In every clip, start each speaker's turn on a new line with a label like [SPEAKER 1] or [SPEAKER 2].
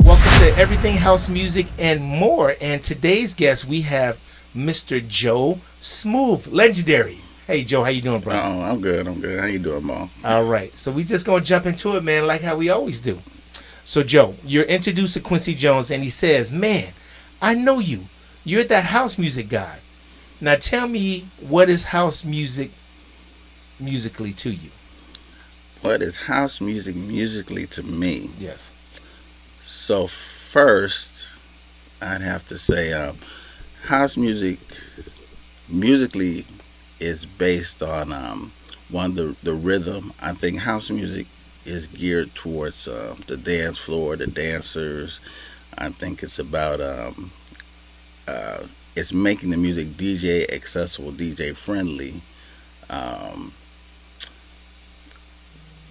[SPEAKER 1] Welcome to Everything House Music and More. And today's guest, we have Mr. Joe Smooth, legendary. Hey, Joe, how you doing, bro?
[SPEAKER 2] Oh, I'm good. I'm good. How you doing, Mom?
[SPEAKER 1] All right, so we just gonna jump into it, man, like how we always do. So, Joe, you're introduced to Quincy Jones, and he says, "Man, I know you. You're that house music guy. Now, tell me, what is house music musically to you?"
[SPEAKER 2] What is house music musically to me?
[SPEAKER 1] Yes.
[SPEAKER 2] So first, I'd have to say, um, house music musically is based on um, one the the rhythm. I think house music is geared towards um the dance floor, the dancers. I think it's about um, uh, it's making the music DJ accessible, DJ friendly. Um,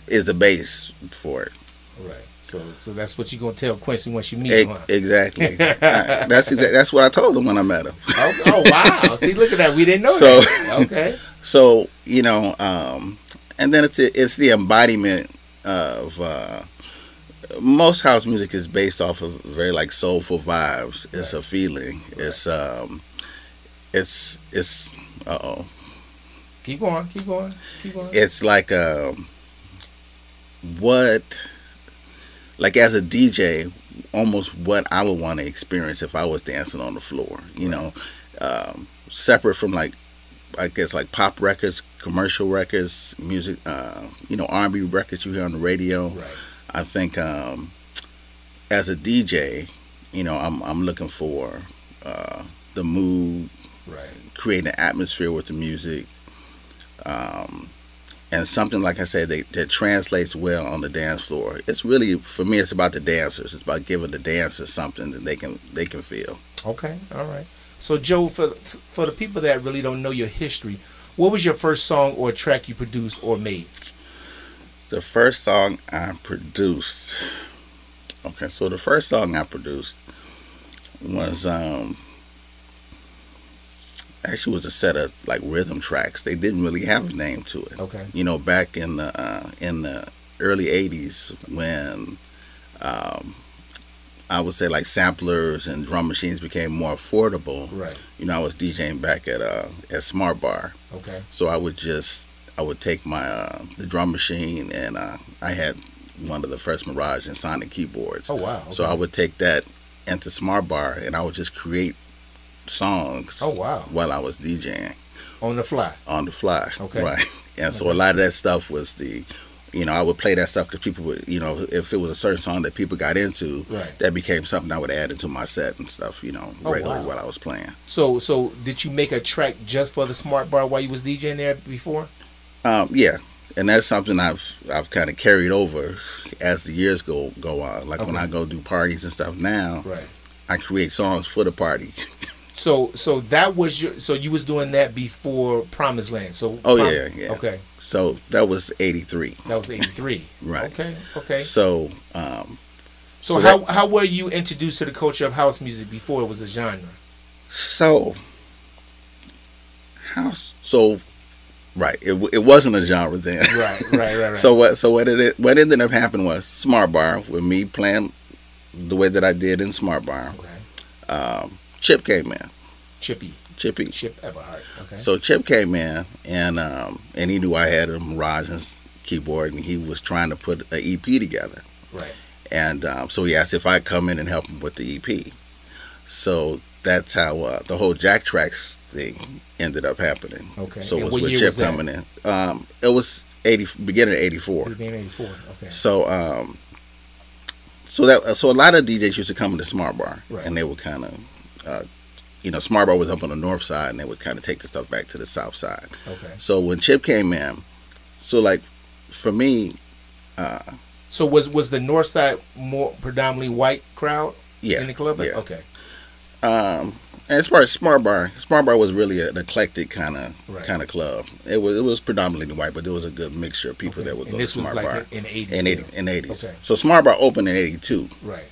[SPEAKER 2] is the base for it.
[SPEAKER 1] All right. So, so that's what you're gonna tell Quincy once you meet
[SPEAKER 2] E-
[SPEAKER 1] him. huh?
[SPEAKER 2] exactly. I- that's exa- that's what I told him when I met him.
[SPEAKER 1] oh, oh, wow! See, look at that. We didn't know
[SPEAKER 2] So-
[SPEAKER 1] that. Okay.
[SPEAKER 2] So you know, um, and then it's the, it's the embodiment of uh, most house music is based off of very like soulful vibes. It's a feeling. It's um, it's it's uh oh,
[SPEAKER 1] Keep going. Keep going. Keep going.
[SPEAKER 2] it's like um, what like as a DJ, almost what I would want to experience if I was dancing on the floor. You know, um, separate from like I guess like pop records, commercial records, music, uh, you know, R&B records you hear on the radio.
[SPEAKER 1] Right.
[SPEAKER 2] I think um, as a DJ, you know, I'm I'm looking for uh, the mood,
[SPEAKER 1] Right.
[SPEAKER 2] create an atmosphere with the music, um, and something like I said that, that translates well on the dance floor. It's really for me, it's about the dancers. It's about giving the dancers something that they can they can feel.
[SPEAKER 1] Okay, all right. So Joe, for for the people that really don't know your history, what was your first song or track you produced or made?
[SPEAKER 2] The first song I produced. Okay, so the first song I produced was um actually was a set of like rhythm tracks. They didn't really have a name to it.
[SPEAKER 1] Okay.
[SPEAKER 2] You know, back in the uh, in the early '80s when um, I would say like samplers and drum machines became more affordable.
[SPEAKER 1] Right.
[SPEAKER 2] You know, I was DJing back at uh, at Smart Bar.
[SPEAKER 1] Okay.
[SPEAKER 2] So I would just I would take my uh, the drum machine and uh, I had one of the first Mirage and Sonic keyboards.
[SPEAKER 1] Oh wow. Okay.
[SPEAKER 2] So I would take that into Smart Bar and I would just create songs
[SPEAKER 1] oh wow.
[SPEAKER 2] while I was DJing
[SPEAKER 1] On the fly.
[SPEAKER 2] on the fly.
[SPEAKER 1] Okay.
[SPEAKER 2] Right. And so a lot of that stuff was the you know, I would play that stuff because people would, you know, if it was a certain song that people got into,
[SPEAKER 1] Right.
[SPEAKER 2] that became something I would add into my set and stuff, you know,
[SPEAKER 1] Oh,
[SPEAKER 2] regularly
[SPEAKER 1] wow.
[SPEAKER 2] while I was playing.
[SPEAKER 1] So so did you make a track just for the smart bar while you was DJing there before?
[SPEAKER 2] Um, yeah, and that's something I've I've kind of carried over as the years go go on. Like when
[SPEAKER 1] Okay.
[SPEAKER 2] I go do parties and stuff now,
[SPEAKER 1] Right.
[SPEAKER 2] I create songs for the party.
[SPEAKER 1] So so that was your so you was doing that before Promised Land. So
[SPEAKER 2] Oh,
[SPEAKER 1] Prom-
[SPEAKER 2] yeah, yeah.
[SPEAKER 1] Okay.
[SPEAKER 2] so that was '83,
[SPEAKER 1] That was eighty three.
[SPEAKER 2] right?
[SPEAKER 1] Okay. Okay. So,
[SPEAKER 2] So um, so
[SPEAKER 1] how how were you introduced to the culture of house music before it was a genre?
[SPEAKER 2] so house so right. It w- it wasn't a genre then.
[SPEAKER 1] Right, right, right, right.
[SPEAKER 2] So what? So what? It, what ended up happening was Smart Bar with me playing the way that I did in Smart Bar.
[SPEAKER 1] okay.
[SPEAKER 2] Um, Chip came in,
[SPEAKER 1] Chippy.
[SPEAKER 2] Chippy.
[SPEAKER 1] Chip Everhart. Okay.
[SPEAKER 2] So Chip came in, and um, and he knew I had a Mirage and s- keyboard, and he was trying to put an EP together,
[SPEAKER 1] right.
[SPEAKER 2] and um, so he asked if I'd come in and help him with the EP. So that's how uh, the whole Jack Tracks thing ended up happening.
[SPEAKER 1] Okay.
[SPEAKER 2] So it
[SPEAKER 1] And
[SPEAKER 2] was
[SPEAKER 1] what
[SPEAKER 2] with
[SPEAKER 1] year
[SPEAKER 2] Chip
[SPEAKER 1] was that?
[SPEAKER 2] coming in. Um, it was eighty beginning of eighty four.
[SPEAKER 1] You're being 84. Okay.
[SPEAKER 2] So um, so that so a lot of DJs used to come to Smart Bar,
[SPEAKER 1] Right.
[SPEAKER 2] and they would kind of, uh, you know, Smart Bar was up on the north side, and they would kind of take the stuff back to the south side.
[SPEAKER 1] Okay.
[SPEAKER 2] So when Chip came in, so like for me, uh,
[SPEAKER 1] So was was the north side more predominantly white crowd
[SPEAKER 2] yeah,
[SPEAKER 1] in the club?
[SPEAKER 2] yeah.
[SPEAKER 1] Okay.
[SPEAKER 2] Um, and as far as Smart Bar, Smart Bar was really an eclectic kind of
[SPEAKER 1] Right.
[SPEAKER 2] kind of club. It was it was predominantly white, but there was a good mixture of people
[SPEAKER 1] okay.
[SPEAKER 2] that would
[SPEAKER 1] and
[SPEAKER 2] go
[SPEAKER 1] this
[SPEAKER 2] to Smart
[SPEAKER 1] was like
[SPEAKER 2] Bar
[SPEAKER 1] in the 80s.
[SPEAKER 2] in
[SPEAKER 1] still.
[SPEAKER 2] eighty in eighties.
[SPEAKER 1] Okay.
[SPEAKER 2] So Smart Bar opened in eighty two.
[SPEAKER 1] Right.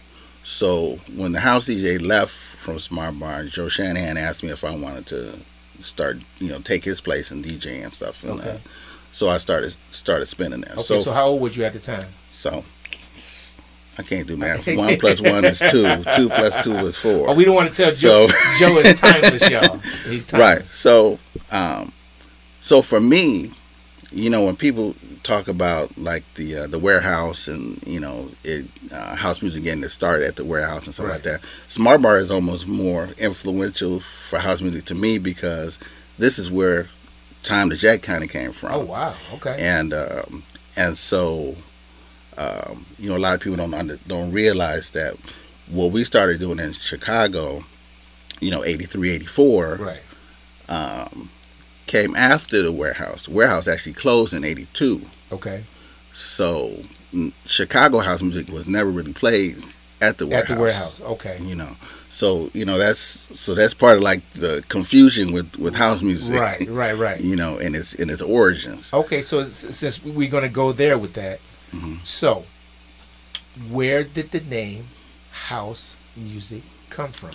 [SPEAKER 2] So when the house DJ left from Smart Bar, Joe Shanahan asked me if I wanted to start you know take his place in DJ and stuff. And, uh,
[SPEAKER 1] Okay.
[SPEAKER 2] so I started started spinning there.
[SPEAKER 1] Okay, so, how old were you at the time?
[SPEAKER 2] so I can't do math. one plus one is two. Two plus two is four.
[SPEAKER 1] Oh, we don't want to tell Joe.
[SPEAKER 2] So-
[SPEAKER 1] Joe is timeless, y'all. He's timeless.
[SPEAKER 2] Right. So, um, so for me, you know, when people talk about like the uh, the warehouse and you know, it, uh, house music getting it started at the warehouse and stuff like that. Smart Bar is almost more influential for house music to me because this is where Time to Jack kind of came from
[SPEAKER 1] Oh wow. Okay.
[SPEAKER 2] and um, and so um, you know a lot of people don't under, don't realize that what we started doing in Chicago, you know, 83, 84,
[SPEAKER 1] right.
[SPEAKER 2] um, came after the warehouse. The warehouse actually closed in 82.
[SPEAKER 1] Okay.
[SPEAKER 2] So mm, Chicago house music was never really played at the warehouse.
[SPEAKER 1] At the warehouse. Okay.
[SPEAKER 2] You know, so you know that's so that's part of like the confusion with with house music,
[SPEAKER 1] Right. Right. Right.
[SPEAKER 2] you know, and its and its origins.
[SPEAKER 1] Okay. So s- since we're gonna go there with that,
[SPEAKER 2] Mm-hmm.
[SPEAKER 1] so where did the name house music come from?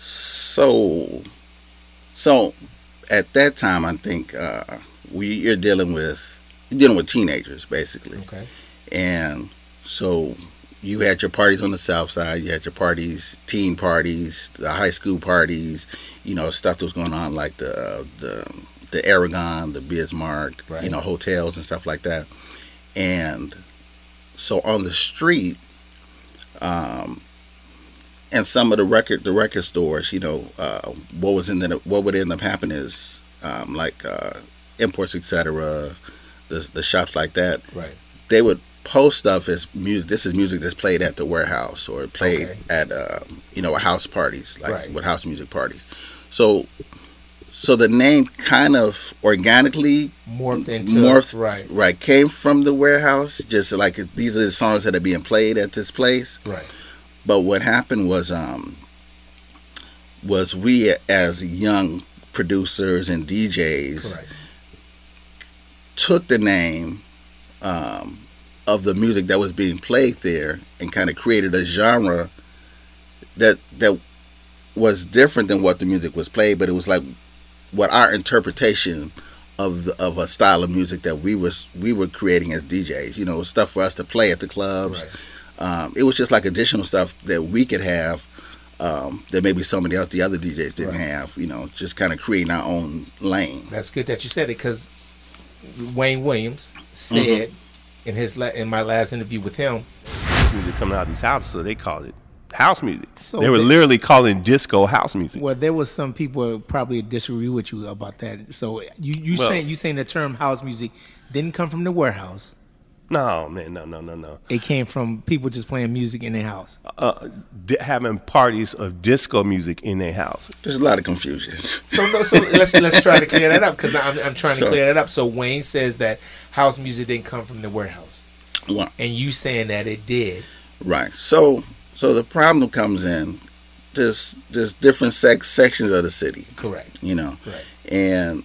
[SPEAKER 2] So, so at that time, I think uh, we you're dealing with you're dealing with teenagers basically,
[SPEAKER 1] Okay.
[SPEAKER 2] and so you had your parties on the south side. You had your parties, teen parties, the high school parties. You know stuff that was going on like the uh, the the Aragon, the Bismarck,
[SPEAKER 1] Right.
[SPEAKER 2] you know hotels and stuff like that. And so on the street, um, and some of the record the record stores, you know, uh, what was in the what would end up happening is um, like uh, imports, etc. The the shops like that
[SPEAKER 1] Right.
[SPEAKER 2] they would post stuff as music. This is music that's played at the warehouse or played
[SPEAKER 1] Okay.
[SPEAKER 2] at uh, you know house parties, like
[SPEAKER 1] Right.
[SPEAKER 2] with house music parties. So, so the name kind of organically
[SPEAKER 1] Morphed into.
[SPEAKER 2] morphs
[SPEAKER 1] Right.
[SPEAKER 2] right came from the warehouse. Just like these are the songs that are being played at this place.
[SPEAKER 1] Right.
[SPEAKER 2] But what happened was um was we as young producers and DJs
[SPEAKER 1] Correct.
[SPEAKER 2] took the name um, of the music that was being played there and kind of created a genre that that was different than what the music was played, but it was like what our interpretation of the, of a style of music that we was we were creating as DJs. You know, stuff for us to play at the clubs.
[SPEAKER 1] Right.
[SPEAKER 2] Um, it was just like additional stuff that we could have. Um, that maybe somebody else, the other DJs didn't
[SPEAKER 1] Right.
[SPEAKER 2] have, you know, just kind of creating our own lane.
[SPEAKER 1] That's good that you said it because Wayne Williams said in his la- in my last interview with him.
[SPEAKER 3] music coming out of these houses, so they called it house music.
[SPEAKER 4] So
[SPEAKER 3] they were
[SPEAKER 4] they-
[SPEAKER 3] literally calling disco house music.
[SPEAKER 4] Well, there was some people who probably disagree with you about that. So you you
[SPEAKER 3] Well-
[SPEAKER 4] saying you saying the term house music didn't come from the warehouse.
[SPEAKER 3] No, man, no, no, no, no.
[SPEAKER 4] It came from people just playing music in their house.
[SPEAKER 3] Uh, di- having parties of disco music in their house.
[SPEAKER 2] There's a lot of confusion.
[SPEAKER 1] So no, so let's let's try to clear that up because I'm, I'm trying to
[SPEAKER 2] So-
[SPEAKER 1] clear that up. So Wayne says that house music didn't come from the warehouse,
[SPEAKER 2] Well,
[SPEAKER 1] and you saying that it did.
[SPEAKER 2] Right. So so the problem comes in there's there's different sex sections of the city,
[SPEAKER 1] Correct.
[SPEAKER 2] you know.
[SPEAKER 1] Right.
[SPEAKER 2] And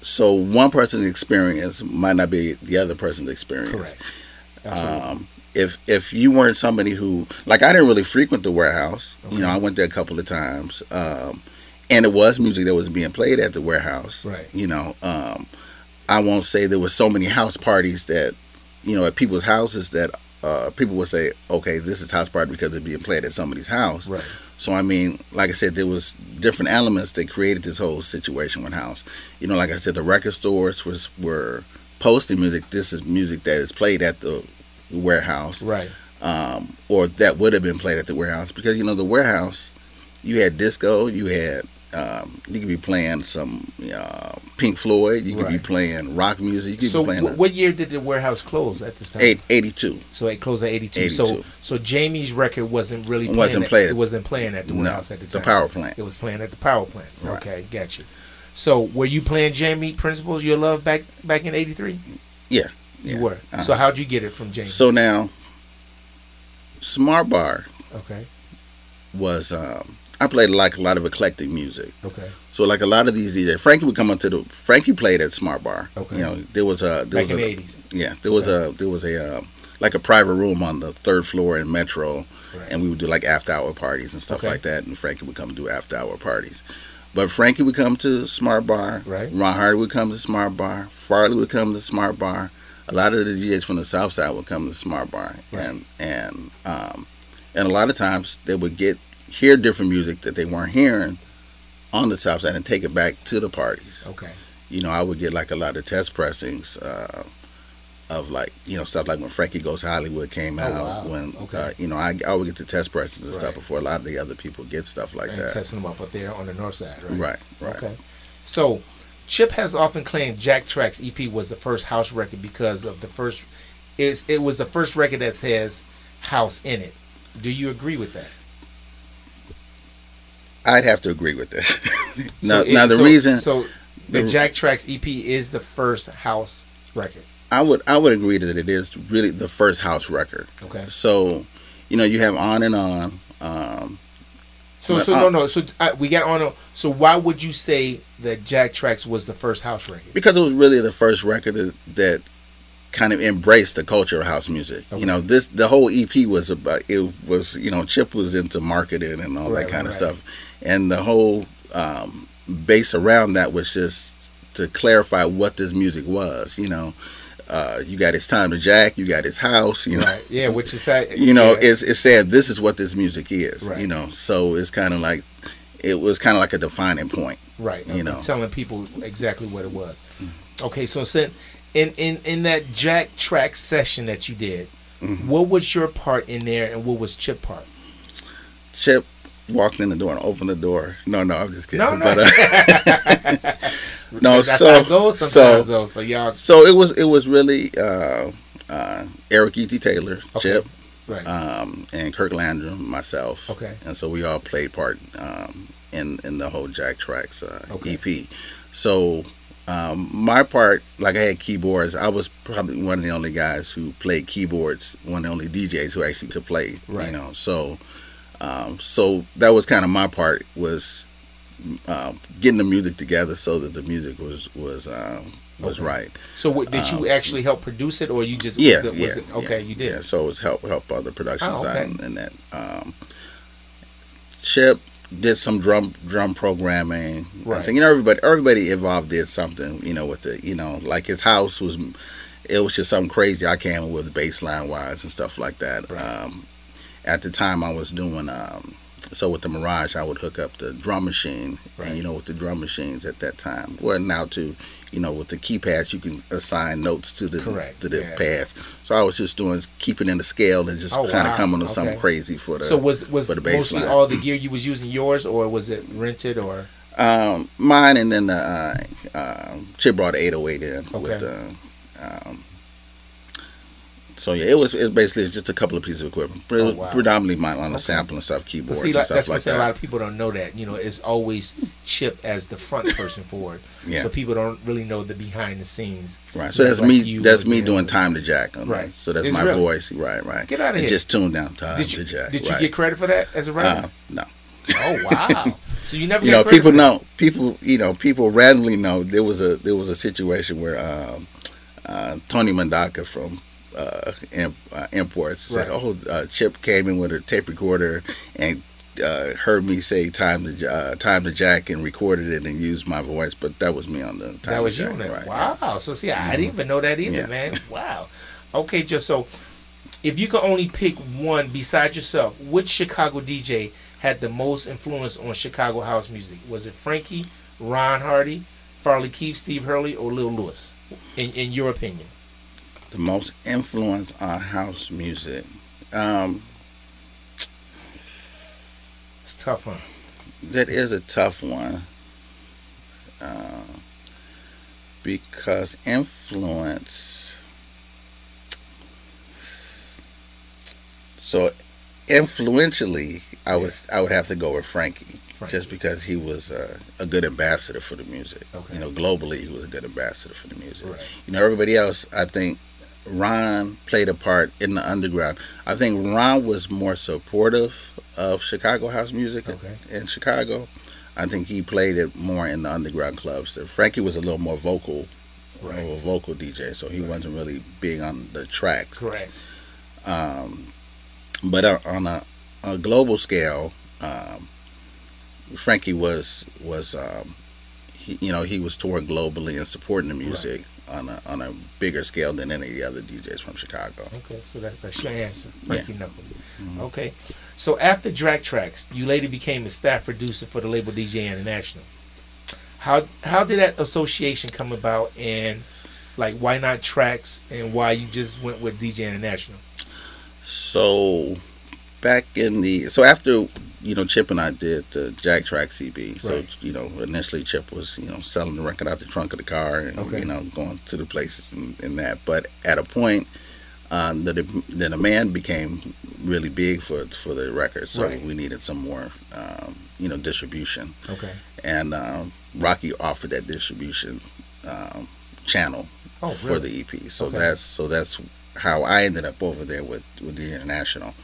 [SPEAKER 2] so one person's experience might not be the other person's experience.
[SPEAKER 1] Correct.
[SPEAKER 2] Um if if you weren't somebody who like I didn't really frequent the warehouse. You know, I went there a couple of times. Um and it was music that was being played at the warehouse.
[SPEAKER 1] Right.
[SPEAKER 2] You know, um I won't say there was so many house parties that you know, at people's houses that uh, people would say, okay, this is house party because it's being played at somebody's house.
[SPEAKER 1] Right.
[SPEAKER 2] So I mean, like I said, there was different elements that created this whole situation with house. You know, like I said, the record stores was were posting music. This is music that is played at the warehouse,
[SPEAKER 1] Right.
[SPEAKER 2] um, or that would have been played at the warehouse because you know the warehouse, you had disco, you had. Um, you could be playing some uh, Pink Floyd. You could be
[SPEAKER 1] Right.
[SPEAKER 2] playing rock music. You could
[SPEAKER 1] So
[SPEAKER 2] be playing
[SPEAKER 1] wh- what year did the warehouse close at this time?
[SPEAKER 2] eight, 82.
[SPEAKER 1] So it closed at 82. So
[SPEAKER 2] 82.
[SPEAKER 1] so Jamie's record wasn't really
[SPEAKER 2] It
[SPEAKER 1] playing
[SPEAKER 2] wasn't
[SPEAKER 1] at,
[SPEAKER 2] played.
[SPEAKER 1] It wasn't playing at the
[SPEAKER 2] No,
[SPEAKER 1] warehouse at the
[SPEAKER 2] the
[SPEAKER 1] time.
[SPEAKER 2] power plant.
[SPEAKER 1] It was playing at the power plant.
[SPEAKER 2] Right.
[SPEAKER 1] Okay, got you. So were you playing Jamie Principles Your Love back back in '83?
[SPEAKER 2] Yeah.
[SPEAKER 1] You
[SPEAKER 2] yeah. Uh-huh.
[SPEAKER 1] were. So how'd you get it from Jamie?
[SPEAKER 2] So now, Smart Bar
[SPEAKER 1] okay.
[SPEAKER 2] was um, I played like a lot of eclectic music.
[SPEAKER 1] Okay.
[SPEAKER 2] So like a lot of these DJs, Frankie would come up to the Frankie played at Smart Bar.
[SPEAKER 1] Okay.
[SPEAKER 2] You know there was a
[SPEAKER 1] Back
[SPEAKER 2] there was
[SPEAKER 1] in
[SPEAKER 2] a,
[SPEAKER 1] the 80s.
[SPEAKER 2] Yeah, there was a there was a um, like a private room on the third floor in Metro,
[SPEAKER 1] Right.
[SPEAKER 2] and we would do like after hour parties and stuff
[SPEAKER 1] Okay.
[SPEAKER 2] like that. And Frankie would come do after hour parties. But Frankie would come to Smart Bar.
[SPEAKER 1] Right.
[SPEAKER 2] Ron Hardy would come to Smart Bar. Farley would come to Smart Bar. A lot of the DJs from the South Side would come to Smart Bar, and and um, and a lot of times they would get hear different music that they weren't hearing on the South Side and take it back to the parties
[SPEAKER 1] Okay.
[SPEAKER 2] you know, I would get like a lot of test pressings uh, of like, you know, stuff like when Frankie Goes Hollywood came out.
[SPEAKER 1] Oh, wow.
[SPEAKER 2] When, uh,
[SPEAKER 1] Okay.
[SPEAKER 2] you know, I, I would get the test pressings and stuff
[SPEAKER 1] Right.
[SPEAKER 2] before a lot of the other people get stuff like
[SPEAKER 1] And
[SPEAKER 2] that.
[SPEAKER 1] testing them up up there on the north side, right?
[SPEAKER 2] right, right.
[SPEAKER 1] Okay. So, Chip has often claimed Jack Track's EP was the first house record because of the first. It's, it was the first record that says house in it. Do you agree with that?
[SPEAKER 2] I'd have to agree with this. now,
[SPEAKER 1] So it-
[SPEAKER 2] now the
[SPEAKER 1] so-
[SPEAKER 2] reason
[SPEAKER 1] So, the
[SPEAKER 2] the-
[SPEAKER 1] Jack Track's EP is the first house record.
[SPEAKER 2] I would I would agree that it is really the first house record.
[SPEAKER 1] Okay.
[SPEAKER 2] So, you know, you have on and on. Um,
[SPEAKER 1] So,
[SPEAKER 2] But
[SPEAKER 1] so
[SPEAKER 2] I-
[SPEAKER 1] no, no. So uh, we got on. a- So why would you say that Jack Trax was the first house record?
[SPEAKER 2] because it was really the first record that, that kind of embraced the culture of house music.
[SPEAKER 1] Okay.
[SPEAKER 2] You know, this the whole EP was about it was you know Chip was into marketing and all
[SPEAKER 1] Right,
[SPEAKER 2] that kind
[SPEAKER 1] right,
[SPEAKER 2] of stuff, and the whole um, base around that was just to clarify what this music was. You know, uh, you got his time to jack, you got his house, you know.
[SPEAKER 1] Right. Yeah, which is that.
[SPEAKER 2] You know,
[SPEAKER 1] yeah.
[SPEAKER 2] it's it said this is what this music is.
[SPEAKER 1] Right.
[SPEAKER 2] You know, so it's kind of like it was kind of like a defining point.
[SPEAKER 1] right.
[SPEAKER 2] you know.
[SPEAKER 1] telling people exactly what it was. Okay, so since in in in that Jack Trax session that you did,
[SPEAKER 2] Mm-hmm.
[SPEAKER 1] what was your part in there, and what was Chip part?
[SPEAKER 2] Chip walked in the door and opened the door. No, no, I'm just kidding.
[SPEAKER 1] No, no.
[SPEAKER 2] But, uh, no,
[SPEAKER 1] That's
[SPEAKER 2] Oh, so
[SPEAKER 1] how it goes
[SPEAKER 2] so
[SPEAKER 1] sometimes, though. So y'all,
[SPEAKER 2] so it was it was really uh, uh, Eric E. T. Taylor,
[SPEAKER 1] Okay.
[SPEAKER 2] Chip,
[SPEAKER 1] right?
[SPEAKER 2] um, and Kirk Landrum, myself.
[SPEAKER 1] Okay.
[SPEAKER 2] And so we all played part um, in in the whole Jack Tracks uh,
[SPEAKER 1] Okay.
[SPEAKER 2] EP. So um, my part, like I had keyboards. I was probably one of the only guys who played keyboards. One of the only DJs who actually could play.
[SPEAKER 1] Right.
[SPEAKER 2] You know, so um, so that was kind of my part was uh, getting the music together so that the music was was um, was
[SPEAKER 1] Okay.
[SPEAKER 2] right.
[SPEAKER 1] so what, did you actually help produce it, or you just
[SPEAKER 2] um, Yeah,
[SPEAKER 1] was it,
[SPEAKER 2] yeah,
[SPEAKER 1] was it, okay,
[SPEAKER 2] yeah,
[SPEAKER 1] you did.
[SPEAKER 2] Yeah, so it was help help on the production
[SPEAKER 1] Oh,
[SPEAKER 2] side
[SPEAKER 1] okay.
[SPEAKER 2] and, and that. Um, Chip did some drum drum programming. I
[SPEAKER 1] Right.
[SPEAKER 2] think you know everybody everybody involved did something. You know with the you know like his house was, it was just something crazy I came up with baseline wise and stuff like that. Um, at the time I was doing um, so with the Mirage I would hook up the drum machine
[SPEAKER 1] Right.
[SPEAKER 2] and you know with the drum machines at that time well now too you know with the keypads you can assign notes to the
[SPEAKER 1] Correct,
[SPEAKER 2] to the
[SPEAKER 1] yeah.
[SPEAKER 2] pads. So I was just doing keeping in the scale and just
[SPEAKER 1] Oh,
[SPEAKER 2] kind
[SPEAKER 1] wow,
[SPEAKER 2] of coming to something
[SPEAKER 1] okay.
[SPEAKER 2] crazy for the.
[SPEAKER 1] So was was
[SPEAKER 2] for the
[SPEAKER 1] mostly
[SPEAKER 2] baseline.
[SPEAKER 1] all the gear you was using yours, or was it rented, or
[SPEAKER 2] um, mine and then the uh, uh, Chip brought the 808 in
[SPEAKER 1] Okay.
[SPEAKER 2] with the. Um, so yeah, it was it's basically just a couple of pieces of equipment, but it
[SPEAKER 1] Oh,
[SPEAKER 2] was
[SPEAKER 1] wow.
[SPEAKER 2] predominantly mine on the sample and stuff, keyboards
[SPEAKER 1] see,
[SPEAKER 2] and
[SPEAKER 1] like,
[SPEAKER 2] stuff
[SPEAKER 1] that's what I'm
[SPEAKER 2] like
[SPEAKER 1] saying. A lot
[SPEAKER 2] that.
[SPEAKER 1] of people don't know that. You know, it's always Chip as the front person for it.
[SPEAKER 2] Yeah.
[SPEAKER 1] So people don't really know the behind the scenes.
[SPEAKER 2] Right, so that's
[SPEAKER 1] Like
[SPEAKER 2] me.
[SPEAKER 1] you
[SPEAKER 2] That's
[SPEAKER 1] were
[SPEAKER 2] me
[SPEAKER 1] doing
[SPEAKER 2] doing
[SPEAKER 1] the-
[SPEAKER 2] time to jack. on that.
[SPEAKER 1] Right.
[SPEAKER 2] So that's
[SPEAKER 1] It's
[SPEAKER 2] my
[SPEAKER 1] real.
[SPEAKER 2] voice. Right, right.
[SPEAKER 1] Get outta
[SPEAKER 2] It
[SPEAKER 1] here.
[SPEAKER 2] Just tuned down time
[SPEAKER 1] Did you
[SPEAKER 2] to jack.
[SPEAKER 1] did you
[SPEAKER 2] right.
[SPEAKER 1] get credit for that as a writer?
[SPEAKER 2] Uh, no.
[SPEAKER 1] oh wow! So you never
[SPEAKER 2] you
[SPEAKER 1] got
[SPEAKER 2] know,
[SPEAKER 1] credit
[SPEAKER 2] people
[SPEAKER 1] for that?
[SPEAKER 2] know people. You know, people randomly know there was a there was a situation where um, uh, Tony Mandaka from uh, Imp, uh, Imports said,
[SPEAKER 1] Right.
[SPEAKER 2] "Oh, uh, Chip came in with a tape recorder and uh, heard me say time to J- uh, time to Jack and recorded it and used my voice." But that was me on the time
[SPEAKER 1] That
[SPEAKER 2] to
[SPEAKER 1] was you
[SPEAKER 2] Jack,
[SPEAKER 1] on that.
[SPEAKER 2] right. Mm-hmm.
[SPEAKER 1] Wow. So see, I, I didn't even know that either,
[SPEAKER 2] Yeah.
[SPEAKER 1] man. Wow. Okay, just so if you could only pick one besides yourself, which Chicago DJ had the most influence on Chicago house music? Was it Frankie, Ron Hardy, Farley Keith, Steve Hurley, or Lil Lewis? In in your opinion,
[SPEAKER 2] The most influence on house music. Um,
[SPEAKER 1] it's tough, huh?
[SPEAKER 2] That is a tough one. Uh, because influence. So, influentially, I would I would have to go with Frankie,
[SPEAKER 1] Frankie.
[SPEAKER 2] just because he was uh, a good ambassador for the music.
[SPEAKER 1] Okay.
[SPEAKER 2] You know, globally, he was a good ambassador for the music.
[SPEAKER 1] Right.
[SPEAKER 2] You know, everybody else, I think Ron played a part in the underground. I think Ron was more supportive of Chicago house music
[SPEAKER 1] Okay.
[SPEAKER 2] in Chicago. I think he played it more in the underground clubs. Frankie was a little more vocal,
[SPEAKER 1] Right.
[SPEAKER 2] or a vocal DJ, so he wasn't really big on the tracks.
[SPEAKER 1] Correct.
[SPEAKER 2] uh, Um, but on- on a, a global scale, um, Frankie was was um, he, you know he was touring globally and supporting the music on a on a bigger scale than any of the other DJs from Chicago.
[SPEAKER 1] Okay, so that, that's your answer. Frankie Knuckles. Okay. So after Drag Tracks, you later became a staff producer for the label DJ International. How how did that association come about and like why not tracks and why you just went with DJ International?
[SPEAKER 2] So back in the so after you know Chip and I did the Jack Track CB. So
[SPEAKER 1] Right.
[SPEAKER 2] you know initially Chip was you know selling the record out the trunk of the car and
[SPEAKER 1] Okay.
[SPEAKER 2] you know going to the places and, and that. But at a point, um, the the demand became really big for for the record. So
[SPEAKER 1] Right.
[SPEAKER 2] we needed some more um, you know distribution
[SPEAKER 1] Okay.
[SPEAKER 2] and um, Rocky offered that distribution um, channel
[SPEAKER 1] Oh,
[SPEAKER 2] for
[SPEAKER 1] really?
[SPEAKER 2] the EP. So
[SPEAKER 1] Okay.
[SPEAKER 2] that's so that's how I ended up over there with with the international,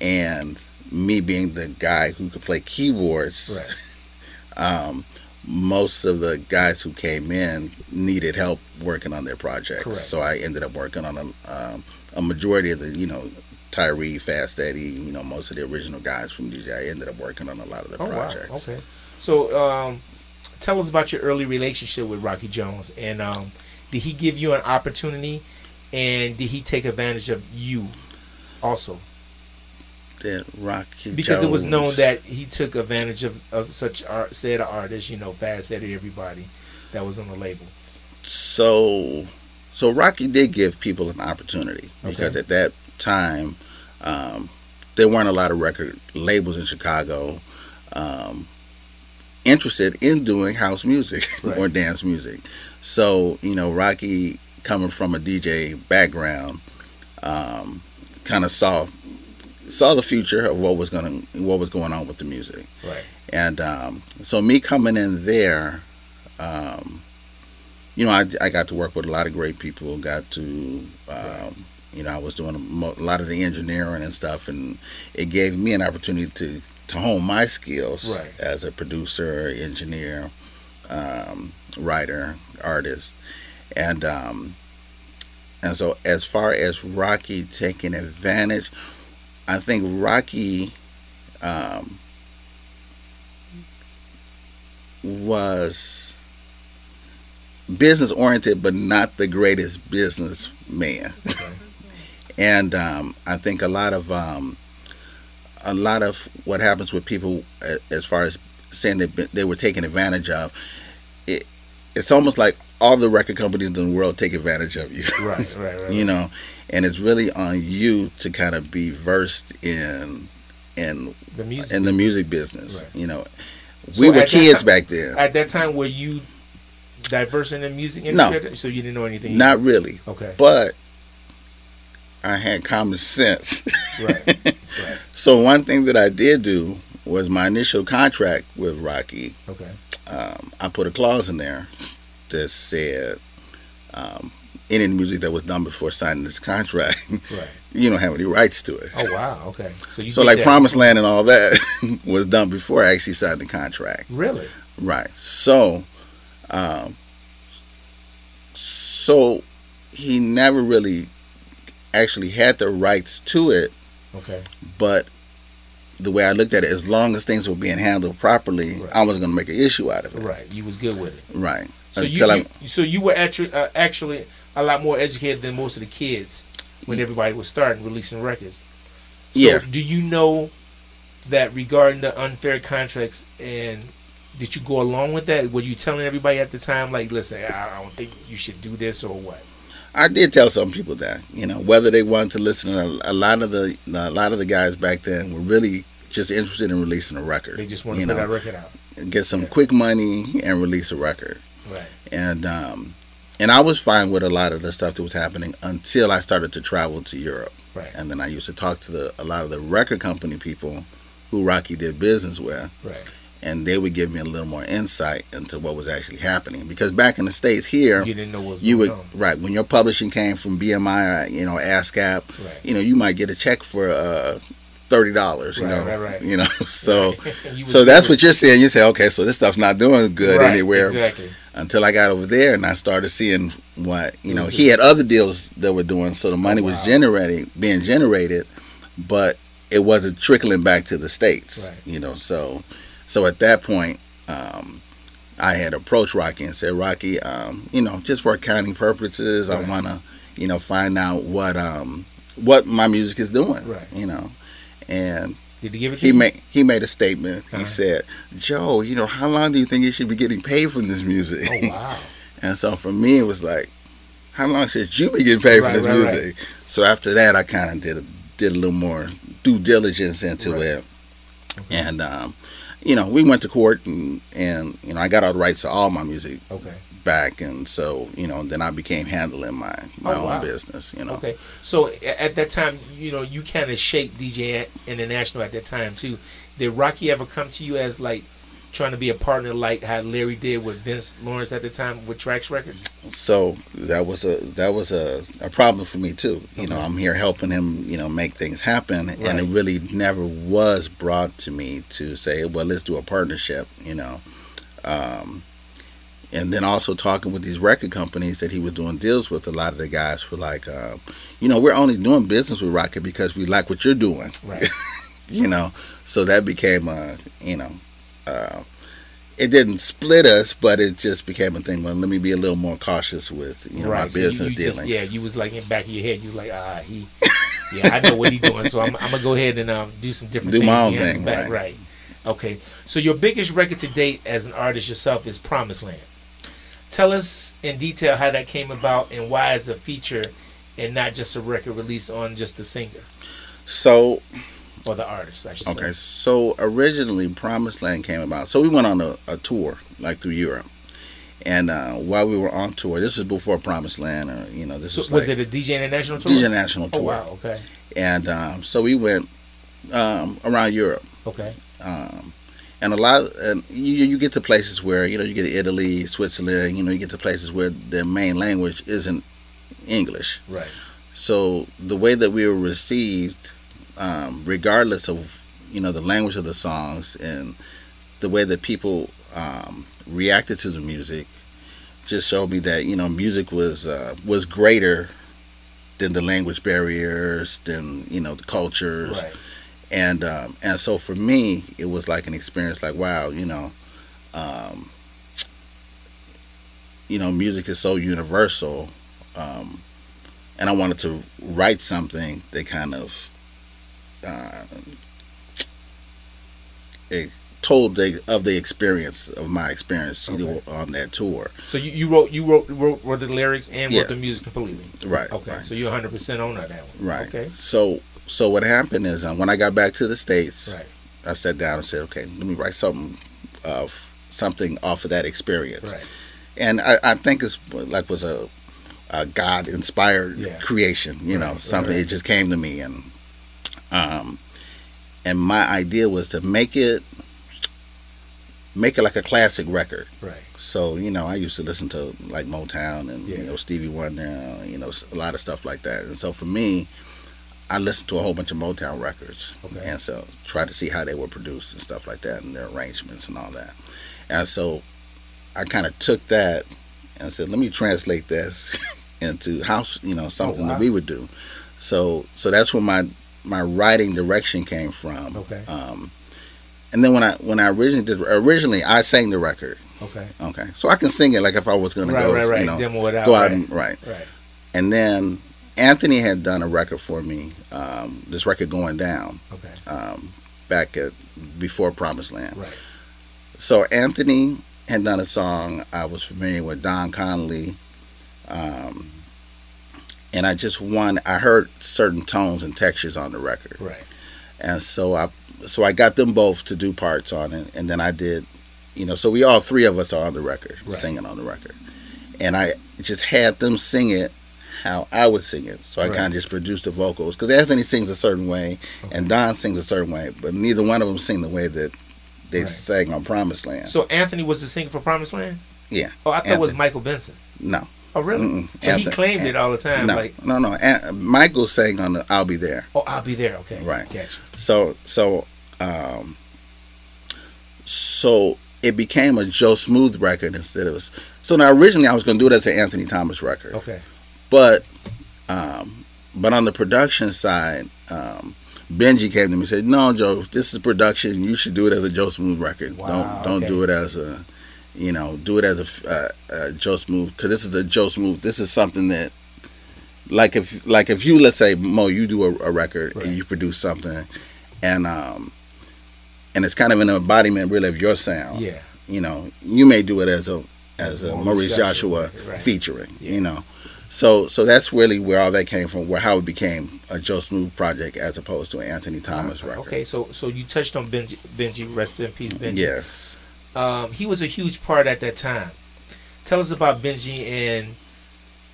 [SPEAKER 2] and me being the guy who could play keyboards.
[SPEAKER 1] Right.
[SPEAKER 2] Um, most of the guys who came in needed help working on their projects,
[SPEAKER 1] Correct.
[SPEAKER 2] so I ended up working on a um, a majority of the you know. Tyree, Fast Eddie, you know, most of the original guys from DJ. I ended up working on a lot of the
[SPEAKER 1] Oh
[SPEAKER 2] projects.
[SPEAKER 1] wow. Okay. So um, tell us about your early relationship with Rocky Jones and um, did he give you an opportunity and did he take advantage of you also?
[SPEAKER 2] that Rocky
[SPEAKER 1] because it was known
[SPEAKER 2] Jones-
[SPEAKER 1] that he took advantage of, of such art, said artists, you know, Fast Eddie, everybody that was on the label.
[SPEAKER 2] so so Rocky did give people an opportunity
[SPEAKER 1] Okay.
[SPEAKER 2] because at that time um, there weren't a lot of record labels in Chicago um, interested in doing house music
[SPEAKER 1] Right.
[SPEAKER 2] or dance music. So you know Rocky coming from a DJ background um, kind of saw saw the future of what was going what was going on with the music.
[SPEAKER 1] Right.
[SPEAKER 2] And um, so me coming in there, um, you know, I, I got to work with a lot of great people. Got to, um, you know, I was doing a, mo- a lot of the engineering and stuff, and it gave me an opportunity to to hone my skills
[SPEAKER 1] Right.
[SPEAKER 2] as a producer, engineer, um, writer, artist, and um, and so as far as Rocky taking advantage, I think Rocky. Um, was business oriented, but not the greatest businessman. and um, I think a lot of um, a lot of what happens with people, a- as far as saying they they were taken advantage of, it it's almost like all the record companies in the world take advantage of you.
[SPEAKER 1] Right. Right. Right.
[SPEAKER 2] you know, and it's really on you to kind of be versed in in
[SPEAKER 1] the music.
[SPEAKER 2] in the music business.
[SPEAKER 1] Right.
[SPEAKER 2] You know,
[SPEAKER 1] So
[SPEAKER 2] we
[SPEAKER 1] at
[SPEAKER 2] were
[SPEAKER 1] that
[SPEAKER 2] kids
[SPEAKER 1] time-
[SPEAKER 2] back then.
[SPEAKER 1] At that time, were you diverse in the music
[SPEAKER 2] No.
[SPEAKER 1] industry? So you didn't know anything.
[SPEAKER 2] Not really,
[SPEAKER 1] Okay.
[SPEAKER 2] but I had common sense.
[SPEAKER 1] right.
[SPEAKER 2] so one thing that I did do was my initial contract with Rocky.
[SPEAKER 1] Okay.
[SPEAKER 2] Um, I put a clause in there that said um, any music that was done before signing this contract,
[SPEAKER 1] Right.
[SPEAKER 2] you don't have any rights to it.
[SPEAKER 1] Oh wow. Okay. So you.
[SPEAKER 2] so
[SPEAKER 1] did
[SPEAKER 2] like
[SPEAKER 1] that.
[SPEAKER 2] Promised Land and all that was done before I actually signed the contract.
[SPEAKER 1] Really.
[SPEAKER 2] Right. So, um, so he never really actually had the rights to it,
[SPEAKER 1] Okay.
[SPEAKER 2] but the way I looked at it, as long as things were being handled properly,
[SPEAKER 1] Right.
[SPEAKER 2] I was going to make an issue out of it.
[SPEAKER 1] Right. You was good with it.
[SPEAKER 2] Right.
[SPEAKER 1] So
[SPEAKER 2] Until
[SPEAKER 1] you,
[SPEAKER 2] I,
[SPEAKER 1] you. So you were actually uh, actually a lot more educated than most of the kids when everybody was starting releasing records. So
[SPEAKER 2] yeah.
[SPEAKER 1] Do you know that regarding the unfair contracts and did you go along with that? Were you telling everybody at the time, like, listen, I I don't think you should do this or what?
[SPEAKER 2] I did tell some people that you know whether they wanted to listen. A, a lot of the a lot of the guys back then were really just interested in releasing a record.
[SPEAKER 1] They just want to
[SPEAKER 2] you
[SPEAKER 1] put that
[SPEAKER 2] know,
[SPEAKER 1] record out.
[SPEAKER 2] get some quick money and release a record.
[SPEAKER 1] Right.
[SPEAKER 2] and um, and I was fine with a lot of the stuff that was happening until I started to travel to Europe,
[SPEAKER 1] Right.
[SPEAKER 2] and then I used to talk to the, a lot of the record company people who Rocky did business with,
[SPEAKER 1] Right.
[SPEAKER 2] and they would give me a little more insight into what was actually happening because back in the states here.
[SPEAKER 1] You didn't know what was
[SPEAKER 2] you
[SPEAKER 1] going
[SPEAKER 2] would
[SPEAKER 1] on.
[SPEAKER 2] right when your publishing came from BMI, or, uh, you know, ASCAP.
[SPEAKER 1] Right.
[SPEAKER 2] You know, you might get a check for uh, thirty dollars. You
[SPEAKER 1] Right,
[SPEAKER 2] know,
[SPEAKER 1] right, right.
[SPEAKER 2] you know. So,
[SPEAKER 1] You was
[SPEAKER 2] so that's
[SPEAKER 1] good.
[SPEAKER 2] what you're saying. You say, okay, so this stuff's not doing good
[SPEAKER 1] Right,
[SPEAKER 2] anywhere
[SPEAKER 1] Exactly.
[SPEAKER 2] until I got over there and I started seeing what you know
[SPEAKER 1] Was Oh,
[SPEAKER 2] he had other deals that were doing so the money
[SPEAKER 1] wow.
[SPEAKER 2] was generating being generated but it wasn't trickling back to the states
[SPEAKER 1] Right.
[SPEAKER 2] you know so So at that point, um, I had approached Rocky and said, Rocky, um, you know, just for accounting purposes, I want to, you know, find out what um, what my music is doing,
[SPEAKER 1] Right.
[SPEAKER 2] you know, and
[SPEAKER 1] Did he give it to
[SPEAKER 2] he
[SPEAKER 1] you? Uh-huh.
[SPEAKER 2] made he made a statement. He said, "Joe, you know, how long do you think you should be getting paid from this music?"
[SPEAKER 1] oh wow.
[SPEAKER 2] and so for me, it was like, "How long should you be getting paid
[SPEAKER 1] Right,
[SPEAKER 2] for this
[SPEAKER 1] right, right.
[SPEAKER 2] music?" So after that, I kind of did a, did a little more due diligence into
[SPEAKER 1] Right.
[SPEAKER 2] it, and um, you know, we went to court, and and you know, I got all the rights to all my music
[SPEAKER 1] Okay.
[SPEAKER 2] back, and so you know, then I became handling my my
[SPEAKER 1] Oh,
[SPEAKER 2] own
[SPEAKER 1] wow.
[SPEAKER 2] business, you know.
[SPEAKER 1] Okay. So a- at that time, you know, you kind of shaped DJ at- International at that time too. Did Rocky ever come to you as like trying to be a partner, like how Larry did with Vince Lawrence at the time with Trax Records?
[SPEAKER 2] so that was a that was a, a problem for me too you know i'm here helping him you know make things happen and it
[SPEAKER 1] Right.
[SPEAKER 2] really never was brought to me to say well let's do a partnership you know um, and then also talking with these record companies that he was doing deals with a lot of the guys for like uh, you know we're only doing business with rocket because we like what you're doing
[SPEAKER 1] Right.
[SPEAKER 2] you know so that became a you know uh, it didn't split us but it just became a thing well let me be a little more cautious with you know my
[SPEAKER 1] so
[SPEAKER 2] business
[SPEAKER 1] you, you
[SPEAKER 2] dealings
[SPEAKER 1] just, yeah, you was like in the back of your head, you was like, ah, he, yeah, I know what he doing, so I'm, I'm gonna go ahead and um, do some different
[SPEAKER 2] Do my
[SPEAKER 1] things
[SPEAKER 2] own
[SPEAKER 1] behind his
[SPEAKER 2] thing,
[SPEAKER 1] back.
[SPEAKER 2] right.
[SPEAKER 1] right? Okay, so your biggest record to date as an artist yourself is Promised Land. Tell us in detail how that came about and why it's a feature and not just a record release on just the singer
[SPEAKER 2] so
[SPEAKER 1] or the artist. I should
[SPEAKER 2] okay
[SPEAKER 1] say.
[SPEAKER 2] so originally promised land came about so we went on a, a tour like through europe and uh, while we were on tour this is before promised land or you know this
[SPEAKER 1] So
[SPEAKER 2] was,
[SPEAKER 1] was
[SPEAKER 2] like
[SPEAKER 1] it a DJ International tour?
[SPEAKER 2] DJ national
[SPEAKER 1] Oh
[SPEAKER 2] tour
[SPEAKER 1] wow. Okay.
[SPEAKER 2] and um, so we went um, around europe
[SPEAKER 1] Okay.
[SPEAKER 2] um, and a lot and you, you get to places where you know you get to Italy, Switzerland, you know you get to places where their main language isn't English.
[SPEAKER 1] Right.
[SPEAKER 2] So the way that we were received, um, regardless of you know the language of the songs and the way that people um, reacted to the music, just showed me that you know music was uh, was greater than the language barriers, than you know the cultures,
[SPEAKER 1] Right.
[SPEAKER 2] and um, and so for me it was like an experience like wow you know um, you know music is so universal um, and I wanted to write something that kind of uh, it told the, of the experience of my experience you know, on that tour
[SPEAKER 1] So you, you wrote you wrote, wrote wrote the lyrics and
[SPEAKER 2] Yeah.
[SPEAKER 1] wrote the music completely.
[SPEAKER 2] right
[SPEAKER 1] Okay,
[SPEAKER 2] right.
[SPEAKER 1] so you're 100 percent on that one.
[SPEAKER 2] Right.
[SPEAKER 1] Okay.
[SPEAKER 2] So so what happened is um, when I got back to the states,
[SPEAKER 1] Right.
[SPEAKER 2] I sat down and said, okay, let me write something of something off of that experience.
[SPEAKER 1] Right.
[SPEAKER 2] And I, I think it's like was a, a God inspired
[SPEAKER 1] Yeah.
[SPEAKER 2] creation. You know,
[SPEAKER 1] Right,
[SPEAKER 2] something
[SPEAKER 1] right.
[SPEAKER 2] it just came to me and um, and my idea was to make it make it like a classic record.
[SPEAKER 1] Right.
[SPEAKER 2] So you know, I used to listen to like Motown and
[SPEAKER 1] Yeah.
[SPEAKER 2] you know Stevie Wonder, you know s- a lot of stuff like that. And so for me, I listened to a whole bunch of Motown records,
[SPEAKER 1] Okay.
[SPEAKER 2] and so tried to see how they were produced and stuff like that, and their arrangements and all that. And so I kind of took that and said, let me translate this into house, you know, something
[SPEAKER 1] Oh, wow.
[SPEAKER 2] that we would do. So so that's where my my writing direction came from.
[SPEAKER 1] Okay.
[SPEAKER 2] Um, and then when I when I originally did originally I sang the record.
[SPEAKER 1] Okay.
[SPEAKER 2] Okay, so I can sing it like if I was gonna
[SPEAKER 1] Right,
[SPEAKER 2] go,
[SPEAKER 1] right, right.
[SPEAKER 2] you know,
[SPEAKER 1] Demo it out,
[SPEAKER 2] go out
[SPEAKER 1] right.
[SPEAKER 2] and right.
[SPEAKER 1] Right.
[SPEAKER 2] And then Anthony had done a record for me, um, this record going down
[SPEAKER 1] Okay.
[SPEAKER 2] um, back at before Promised Land.
[SPEAKER 1] Right.
[SPEAKER 2] So Anthony had done a song I was familiar with Don Conley, um, and I just one I heard certain tones and textures on the record
[SPEAKER 1] Right.
[SPEAKER 2] and so I so I got them both to do parts on it, and then I did, you know, so we all three of us are on the record,
[SPEAKER 1] Right.
[SPEAKER 2] singing on the record, and I just had them sing it how I would sing it, so I
[SPEAKER 1] Right.
[SPEAKER 2] kind of just produced the vocals because Anthony sings a certain way and Don sings a certain way, but neither one of them sing the way that they
[SPEAKER 1] Right.
[SPEAKER 2] sang on Promised Land.
[SPEAKER 1] So Anthony was the singer for Promised Land.
[SPEAKER 2] yeah,
[SPEAKER 1] Oh, I thought it was
[SPEAKER 2] Anthony.
[SPEAKER 1] Michael Benson.
[SPEAKER 2] no,
[SPEAKER 1] Oh, really?
[SPEAKER 2] Mm-mm.
[SPEAKER 1] But he
[SPEAKER 2] Anthony-
[SPEAKER 1] claimed it all the time.
[SPEAKER 2] no,
[SPEAKER 1] Like,
[SPEAKER 2] no, no, An- Michael sang on the "I'll Be There."
[SPEAKER 1] oh, I'll be there. Okay.
[SPEAKER 2] Right.
[SPEAKER 1] Gotcha.
[SPEAKER 2] So so um so it became a Joe Smooth record instead of a, s- so now originally I was gonna do it as an Anthony Thomas record.
[SPEAKER 1] Okay.
[SPEAKER 2] But um but on the production side, um Benji came to me and said, "No, Joe, this is production. You should do it as a Joe Smooth record.
[SPEAKER 1] Wow,
[SPEAKER 2] don't don't
[SPEAKER 1] okay.
[SPEAKER 2] do it as a, you know, do it as a f- uh, uh, Joe Smooth because this is a Joe Smooth. This is something that, like if like if you let's say Mo, you do a, a record and you produce something, and um, and it's kind of an embodiment really of your sound.
[SPEAKER 1] Yeah.
[SPEAKER 2] you know, you may do it as a as a Maurice Joshua,
[SPEAKER 1] right.
[SPEAKER 2] featuring. You know. So so that's really where all that came from, where how it became a Joe Smooth project as opposed to an Anthony Thomas record.
[SPEAKER 1] Okay, so so you touched on Benji, Benji rest in peace, Benji.
[SPEAKER 2] Yes.
[SPEAKER 1] Um, he was a huge part at that time. Tell us about Benji and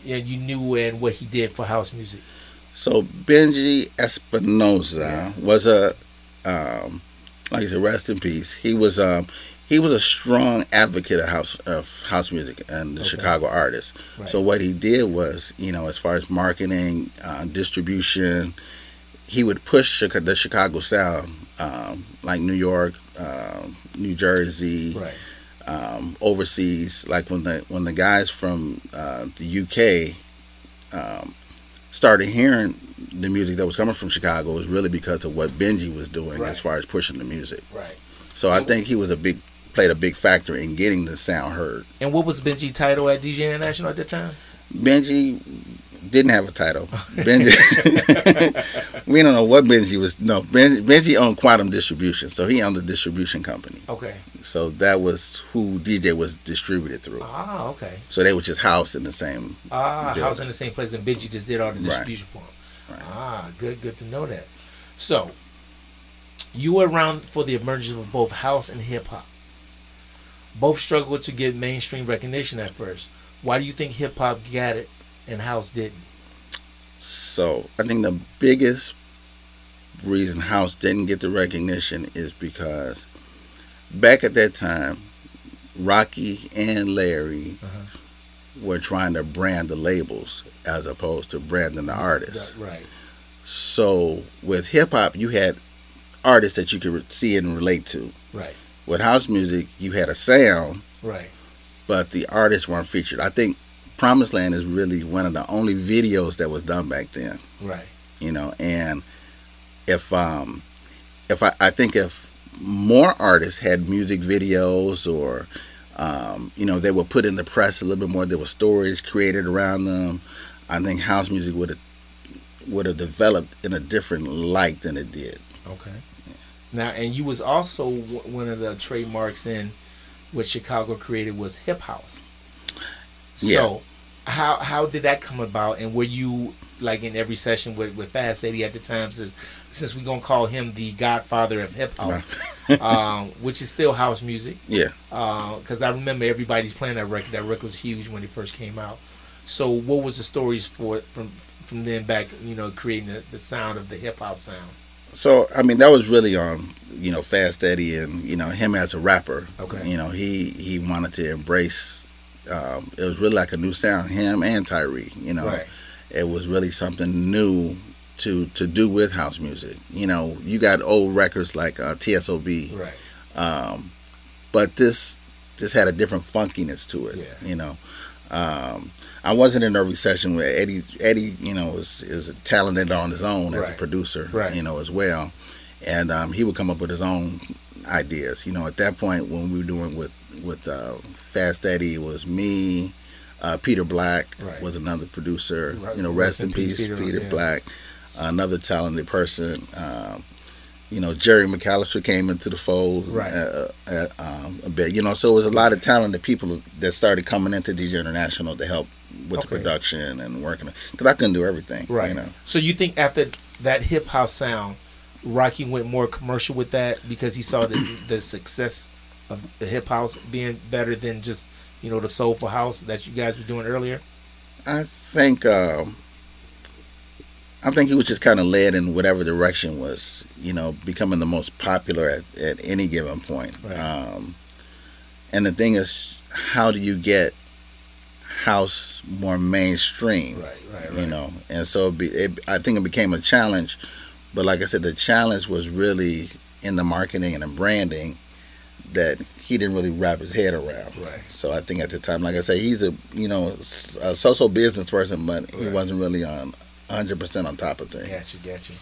[SPEAKER 1] yeah, you knew and what he did for house music.
[SPEAKER 2] So Benji Espinosa was a um like I said, rest in peace. He was um he was a strong advocate of house of house music and the Chicago artists. So what he did was, you know, as far as marketing, uh, distribution, he would push Chica- the Chicago sound, um, like New York, um, New Jersey,
[SPEAKER 1] Right.
[SPEAKER 2] um, overseas. Like when the when the guys from uh, the UK um, started hearing the music that was coming from Chicago, it was really because of what Benji was doing
[SPEAKER 1] Right.
[SPEAKER 2] as far as pushing the music.
[SPEAKER 1] Right.
[SPEAKER 2] So I think he was a big played a big factor in getting the sound heard.
[SPEAKER 1] And what was Benji title at DJ International at that time?
[SPEAKER 2] Benji didn't have a title. Benji, we don't know what Benji was. No, ben, Benji owned Quantum Distribution, so he owned the distribution company.
[SPEAKER 1] Okay.
[SPEAKER 2] So that was who DJ was distributed through.
[SPEAKER 1] Ah, okay.
[SPEAKER 2] So they were just housed in the same.
[SPEAKER 1] Ah,
[SPEAKER 2] Yeah.
[SPEAKER 1] house in the same place, and Benji just did all the
[SPEAKER 2] Right.
[SPEAKER 1] distribution for him. Ah, good, good to know that. So, you were around for the emergence of both house and hip hop. Both struggled to get mainstream recognition at first. Why do you think hip hop got it and house didn't?
[SPEAKER 2] So I think the biggest reason House didn't get the recognition is because back at that time, Rocky and Larry were trying to brand the labels as opposed to branding the artists.
[SPEAKER 1] Right.
[SPEAKER 2] So with hip hop, you had artists that you could re- see and relate to.
[SPEAKER 1] Right.
[SPEAKER 2] With house music, you had a sound,
[SPEAKER 1] Right.
[SPEAKER 2] but the artists weren't featured. I think Promised Land is really one of the only videos that was done back then.
[SPEAKER 1] Right.
[SPEAKER 2] You know, and if um if I, I think if more artists had music videos or um, you know, they were put in the press a little bit more, there were stories created around them, I think house music would have would have developed in a different light than it did.
[SPEAKER 1] Okay. Now, and you was also w- one of the trademarks in what Chicago created was hip house. So, how how did that come about? And were you like in every session with with Fast Eddie at the time? Since since we gonna call him the Godfather of hip house, um, which is still house music
[SPEAKER 2] Yeah.
[SPEAKER 1] because I remember everybody's playing that record. That record was huge when it first came out. So, what was the stories for from from then back? You know, creating the, the sound of the hip hop sound.
[SPEAKER 2] So I mean, that was really on you know Fast Eddie and you know him as a rapper.
[SPEAKER 1] Okay.
[SPEAKER 2] You know he he wanted to embrace. Um, it was really like a new sound, him and Tyree. You know,
[SPEAKER 1] Right.
[SPEAKER 2] it was really something new to to do with house music. You know, you got old records like uh, TSOB,
[SPEAKER 1] Right.
[SPEAKER 2] um, but this this had a different funkiness to it.
[SPEAKER 1] Yeah.
[SPEAKER 2] You know, um, I wasn't in a recession where Eddie Eddie you know is is talented on his own as a
[SPEAKER 1] Right.
[SPEAKER 2] producer.
[SPEAKER 1] Right.
[SPEAKER 2] You know as well, and um, he would come up with his own ideas. You know at that point when we were doing with with uh, Fast Eddie it was me. Uh, Peter Black
[SPEAKER 1] Right.
[SPEAKER 2] was another producer.
[SPEAKER 1] Right.
[SPEAKER 2] You know, rest, in peace, Peter,
[SPEAKER 1] yeah.
[SPEAKER 2] Black, another talented person. Um, you know, Jerry McAllister came into the fold
[SPEAKER 1] Right.
[SPEAKER 2] uh, uh, um, a bit. You know, so it was a lot of talented people that started coming into DJ International to help with the
[SPEAKER 1] Okay.
[SPEAKER 2] production and working. Because I couldn't do everything.
[SPEAKER 1] Right.
[SPEAKER 2] You know.
[SPEAKER 1] So you think after that hip hop sound, Rocky went more commercial with that because he saw the the success of the hip house being better than just you know the soulful house that you guys were doing earlier.
[SPEAKER 2] I think um, I think he was just kind of led in whatever direction was, you know, becoming the most popular at, at any given point.
[SPEAKER 1] Right.
[SPEAKER 2] Um, and the thing is, how do you get house more mainstream?
[SPEAKER 1] Right.
[SPEAKER 2] You know, and so it be, it, I think it became a challenge. But like I said, the challenge was really in the marketing and the branding that he didn't really wrap his head around.
[SPEAKER 1] Right.
[SPEAKER 2] So I think at the time, like I said, he's a you know s- a social business person, but he
[SPEAKER 1] Right.
[SPEAKER 2] wasn't really on 100 percent on top of things.
[SPEAKER 1] Gotcha. Gotcha.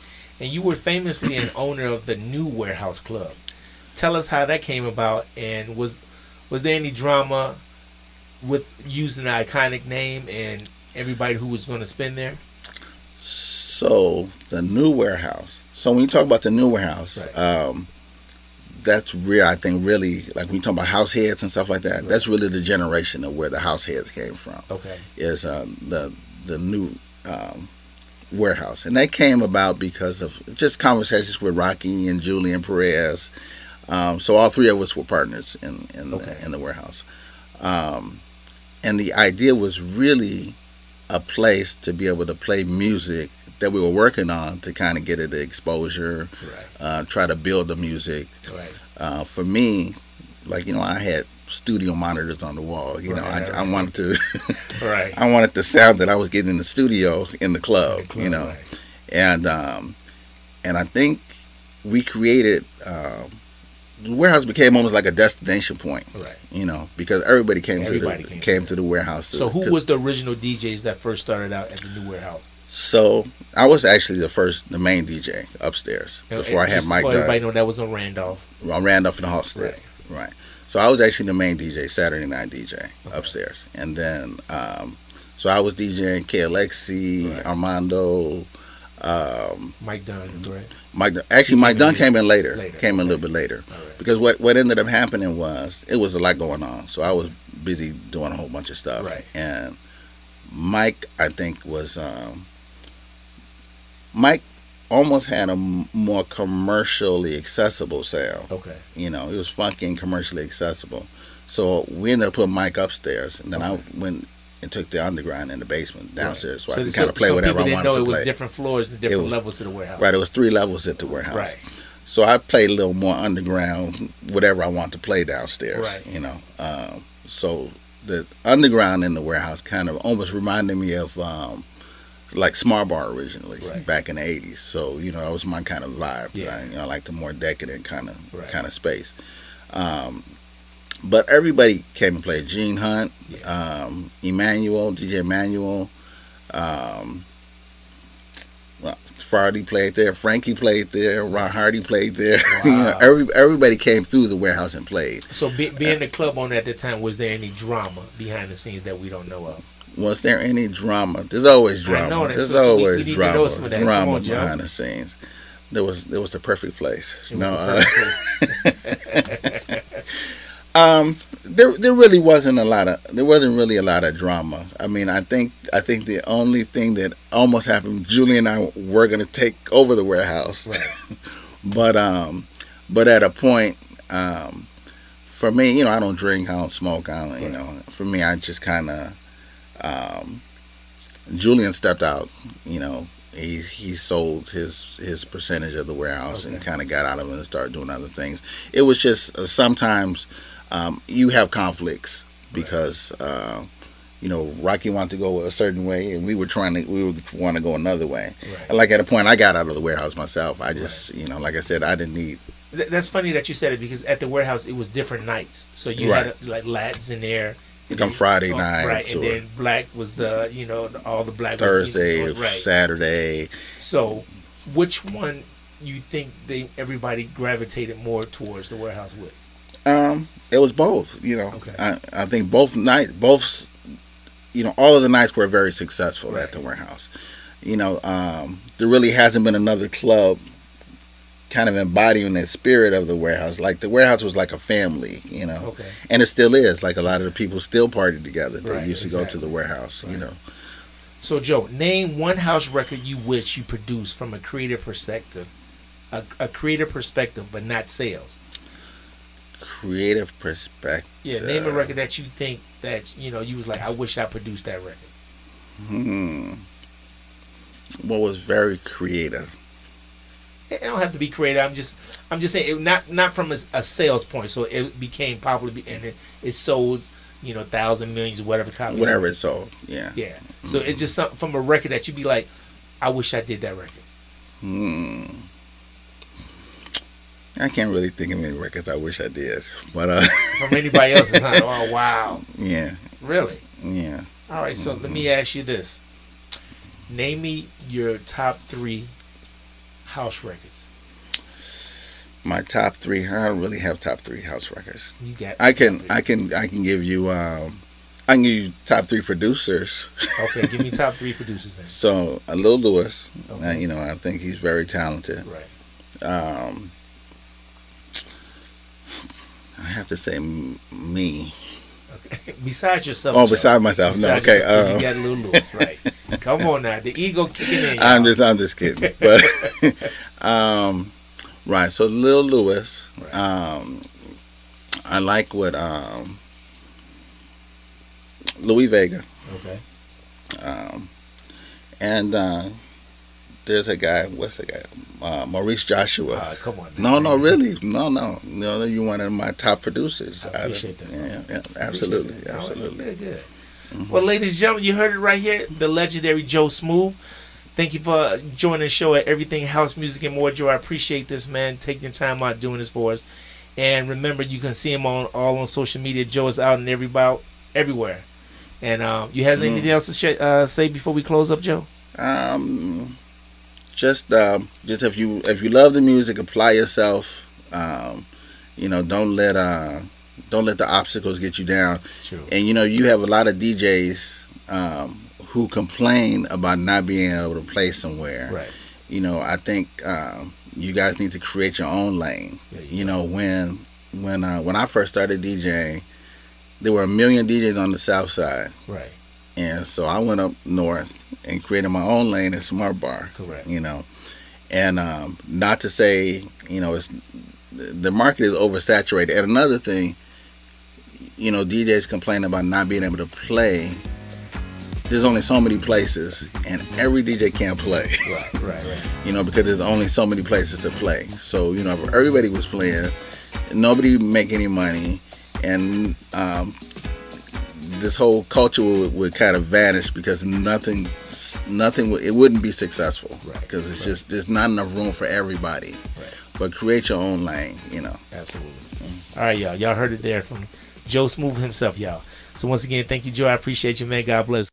[SPEAKER 1] and you were famously an owner of the New Warehouse Club. Tell us how that came about, and was was there any drama with using the iconic name and everybody who was going to spend there?
[SPEAKER 2] So the new warehouse. So when you talk about the new warehouse,
[SPEAKER 1] Right.
[SPEAKER 2] um, that's real. I think really, like when you talk about house heads and stuff like that, that's really the generation of where the house heads came from.
[SPEAKER 1] Okay,
[SPEAKER 2] Is um, the the new um, warehouse, and that came about because of just conversations with Rocky and Julian Perez. Um, so all three of us were partners in in,
[SPEAKER 1] Okay.
[SPEAKER 2] the, in the warehouse, um, and the idea was really a place to be able to play music that we were working on to kind of get it exposure,
[SPEAKER 1] right,
[SPEAKER 2] uh, try to build the music.
[SPEAKER 1] right,
[SPEAKER 2] Uh, for me, like you know, I had studio monitors on the wall. You know, I,
[SPEAKER 1] Right,
[SPEAKER 2] I
[SPEAKER 1] right.
[SPEAKER 2] wanted to,
[SPEAKER 1] right.
[SPEAKER 2] I wanted the sound that I was getting in the studio in the club. you know,
[SPEAKER 1] Right.
[SPEAKER 2] and um, and I think we created um, the warehouse became almost like a destination point.
[SPEAKER 1] right.
[SPEAKER 2] You know, because everybody came
[SPEAKER 1] Everybody
[SPEAKER 2] to the
[SPEAKER 1] came
[SPEAKER 2] came,
[SPEAKER 1] to
[SPEAKER 2] to the warehouse. to-
[SPEAKER 1] So who
[SPEAKER 2] 'cause-
[SPEAKER 1] was the original DJs that first started out at the New Warehouse?
[SPEAKER 2] So I was actually the first, the main DJ upstairs before I
[SPEAKER 1] And
[SPEAKER 2] had
[SPEAKER 1] just
[SPEAKER 2] Mike
[SPEAKER 1] for everybody
[SPEAKER 2] Dunn.
[SPEAKER 1] know that was on Randolph.
[SPEAKER 2] I ran off in the Halstead. Right. So I was actually the main DJ, Saturday night DJ upstairs, and then um, so I was DJing KLXC,
[SPEAKER 1] Right.
[SPEAKER 2] Armando, um,
[SPEAKER 1] Mike Dunn, right?
[SPEAKER 2] Mike. Actually,
[SPEAKER 1] came
[SPEAKER 2] Mike
[SPEAKER 1] in
[SPEAKER 2] Dunn
[SPEAKER 1] late-
[SPEAKER 2] came in later.
[SPEAKER 1] later,
[SPEAKER 2] Came in a
[SPEAKER 1] okay.
[SPEAKER 2] little bit later
[SPEAKER 1] All right.
[SPEAKER 2] because what what ended up happening was it was a lot going on. So I was busy doing a whole bunch of stuff.
[SPEAKER 1] Right.
[SPEAKER 2] And Mike, I think was um, Mike almost had a m- more commercially accessible sound.
[SPEAKER 1] Okay.
[SPEAKER 2] You know, it was funky and commercially accessible. So we ended up putting Mike upstairs, and then
[SPEAKER 1] Okay.
[SPEAKER 2] I went and took the underground in the basement downstairs, so, I could
[SPEAKER 1] so-
[SPEAKER 2] kind of play
[SPEAKER 1] so
[SPEAKER 2] whatever
[SPEAKER 1] people
[SPEAKER 2] I
[SPEAKER 1] didn't
[SPEAKER 2] wanted
[SPEAKER 1] know
[SPEAKER 2] to
[SPEAKER 1] it
[SPEAKER 2] play.
[SPEAKER 1] was different floors and different
[SPEAKER 2] was-
[SPEAKER 1] levels to the warehouse.
[SPEAKER 2] Right, it was three levels at the warehouse.
[SPEAKER 1] Right.
[SPEAKER 2] So I played a little more underground, whatever I want to play downstairs.
[SPEAKER 1] Right.
[SPEAKER 2] You know, um, so the underground in the warehouse kind of almost reminded me of um, like Smart Bar originally
[SPEAKER 1] Right.
[SPEAKER 2] back in the '80s. So you know, that was my kind of vibe.
[SPEAKER 1] Yeah.
[SPEAKER 2] I, you know, like the more decadent kind of
[SPEAKER 1] Right.
[SPEAKER 2] kind of space. Um, but everybody came and played. Gene Hunt,
[SPEAKER 1] Yeah.
[SPEAKER 2] um, Emmanuel, DJ Emmanuel. Um, well, Fardy played there. Frankie played there. Ron Hardy played there. you know,
[SPEAKER 1] Wow.
[SPEAKER 2] every, everybody came through the warehouse and played.
[SPEAKER 1] So be, being the club owner at the time, was there any drama behind the scenes that we don't know of?
[SPEAKER 2] Was there any drama? There's always drama.
[SPEAKER 1] know that,
[SPEAKER 2] There's
[SPEAKER 1] so- so we- we
[SPEAKER 2] always
[SPEAKER 1] need to know
[SPEAKER 2] drama.
[SPEAKER 1] some of that.
[SPEAKER 2] Drama
[SPEAKER 1] Come on, Joe.
[SPEAKER 2] behind the scenes. There was there was the perfect place.
[SPEAKER 1] It was
[SPEAKER 2] no,
[SPEAKER 1] the
[SPEAKER 2] uh,
[SPEAKER 1] first place.
[SPEAKER 2] um, there there really wasn't a lot of there wasn't really a lot of drama. I mean, I think I think the only thing that almost happened, Julie and I were gonna take over the warehouse. but um but at a point um for me you know i don't drink i don't smoke i don't you know for me i just kind of um julian stepped out you know he he sold his his percentage of the warehouse and
[SPEAKER 1] Okay.
[SPEAKER 2] kind of got out of it and started doing other things it was just uh, sometimes um you have conflicts because uh you know, Rocky wanted to go a certain way, and we were trying to we would want to go another way.
[SPEAKER 1] Right.
[SPEAKER 2] And like at a point, I got out of the warehouse myself. I just, you know, like I said, I didn't need.
[SPEAKER 1] Th- that's funny that you said it because at the warehouse it was different nights. So you had uh, like Lats in there. and
[SPEAKER 2] Like on
[SPEAKER 1] then-
[SPEAKER 2] Friday
[SPEAKER 1] oh,
[SPEAKER 2] nights
[SPEAKER 1] right? And
[SPEAKER 2] or-
[SPEAKER 1] then black was the you know the- all the black was-
[SPEAKER 2] Thursday,
[SPEAKER 1] right?
[SPEAKER 2] Saturday.
[SPEAKER 1] So, which one you think they everybody gravitated more towards the warehouse with?
[SPEAKER 2] Um, it was both. You know,
[SPEAKER 1] Okay.
[SPEAKER 2] I, I think both nights, both, you know, all of the nights were very successful
[SPEAKER 1] Right.
[SPEAKER 2] at the warehouse. You know, um, there really hasn't been another club kind of embodying the spirit of the warehouse. Like the warehouse was like a family. You know,
[SPEAKER 1] Okay.
[SPEAKER 2] and it still is. Like a lot of the people still party together. They
[SPEAKER 1] Right,
[SPEAKER 2] used to go to
[SPEAKER 1] exactly.
[SPEAKER 2] the warehouse. You
[SPEAKER 1] Right.
[SPEAKER 2] know.
[SPEAKER 1] So, Joe, name one house record you wish you produced from a creative perspective, a, a creative perspective, but not sales.
[SPEAKER 2] creative perspective.
[SPEAKER 1] Yeah, name a record that you think that you know you was like, I wish I produced that record.
[SPEAKER 2] Hmm. What was very creative?
[SPEAKER 1] It don't have to be creative. I'm just, I'm just saying, it, not not from a, a sales point. So it became popular, be- and it, it sold, you know, thousand millions, whatever copies.
[SPEAKER 2] Whatever it sold. Yeah.
[SPEAKER 1] Yeah. So it's just some, from a record that you be like, I wish I did that record.
[SPEAKER 2] Hmm. I can't really think of any records I wish I did, but uh,
[SPEAKER 1] From anybody else's, huh? Oh wow,
[SPEAKER 2] yeah,
[SPEAKER 1] really?
[SPEAKER 2] yeah.
[SPEAKER 1] All right. So
[SPEAKER 2] Mm-hmm.
[SPEAKER 1] let me ask you this: Name me your top three house records?
[SPEAKER 2] My top three. I don't really have top three house records.
[SPEAKER 1] You got.
[SPEAKER 2] I can I can I can give you um I can give you top three producers.
[SPEAKER 1] Okay, give me top three producers then.
[SPEAKER 2] So uh, Lil Lewis,
[SPEAKER 1] Okay.
[SPEAKER 2] uh, you know, I think he's very talented.
[SPEAKER 1] Right.
[SPEAKER 2] Um, I have to say m- me.
[SPEAKER 1] Okay. Besides yourself.
[SPEAKER 2] Oh,
[SPEAKER 1] Joe.
[SPEAKER 2] beside myself. No,
[SPEAKER 1] Besides
[SPEAKER 2] okay.
[SPEAKER 1] yourself,
[SPEAKER 2] um,
[SPEAKER 1] you got Lil Lewis, right? Come on now, the ego kicking in. y'all.
[SPEAKER 2] I'm just I'm just kidding. But um, right. So Lil Lewis,
[SPEAKER 1] Right.
[SPEAKER 2] um, I like what um, Louis Vega
[SPEAKER 1] okay.
[SPEAKER 2] um, and uh, there's a guy. What's the guy? Uh, Maurice Joshua.
[SPEAKER 1] Uh, come on.
[SPEAKER 2] No, no,
[SPEAKER 1] man.
[SPEAKER 2] really, no, no, no. no, You're one of my top producers.
[SPEAKER 1] I appreciate that,
[SPEAKER 2] Yeah, yeah, absolutely,
[SPEAKER 1] All right,
[SPEAKER 2] absolutely.
[SPEAKER 1] Good, good. Well, ladies and gentlemen, you heard it right here. The legendary Joe Smooth. Thank you for joining the show at Everything House Music and More, Joe. I appreciate this, man. Taking time out doing this for us. And remember, you can see him on all on social media. Joe is out and everybody, everywhere. And um, you have
[SPEAKER 2] Mm-hmm.
[SPEAKER 1] anything else to sh- uh, say before we close up, Joe?
[SPEAKER 2] Um, just, um, just if you if you love the music, apply yourself. Um, you know, don't let uh, don't let the obstacles get you down.
[SPEAKER 1] Sure.
[SPEAKER 2] And you know, you have a lot of DJs um, who complain about not being able to play somewhere.
[SPEAKER 1] Right.
[SPEAKER 2] you know, I think um, you guys need to create your own lane.
[SPEAKER 1] Yeah, you
[SPEAKER 2] you know, when when uh, when I first started DJing, there were a million DJs on the South Side,
[SPEAKER 1] Right.
[SPEAKER 2] and so I went up north and created my own lane at Smart Bar.
[SPEAKER 1] Correct.
[SPEAKER 2] You know, and um, not to say you know it's the market is oversaturated. And another thing, you know, DJs complain about not being able to play. There's only so many places, and every DJ can't play.
[SPEAKER 1] Right. Right. Right.
[SPEAKER 2] you know, because there's only so many places to play. So, you know, if everybody was playing, nobody would make any money, and um, this whole culture would, would kind of vanish because nothing, nothing, would- it wouldn't be successful
[SPEAKER 1] Right,
[SPEAKER 2] because it's just there's not enough room for everybody.
[SPEAKER 1] Right.
[SPEAKER 2] But create your own lane, you know.
[SPEAKER 1] Absolutely.
[SPEAKER 2] Mm-hmm.
[SPEAKER 1] All right, y'all. Y'all heard it there from Joe Smooth himself, y'all. So once again, thank you, Joe. I appreciate you, man. God bless.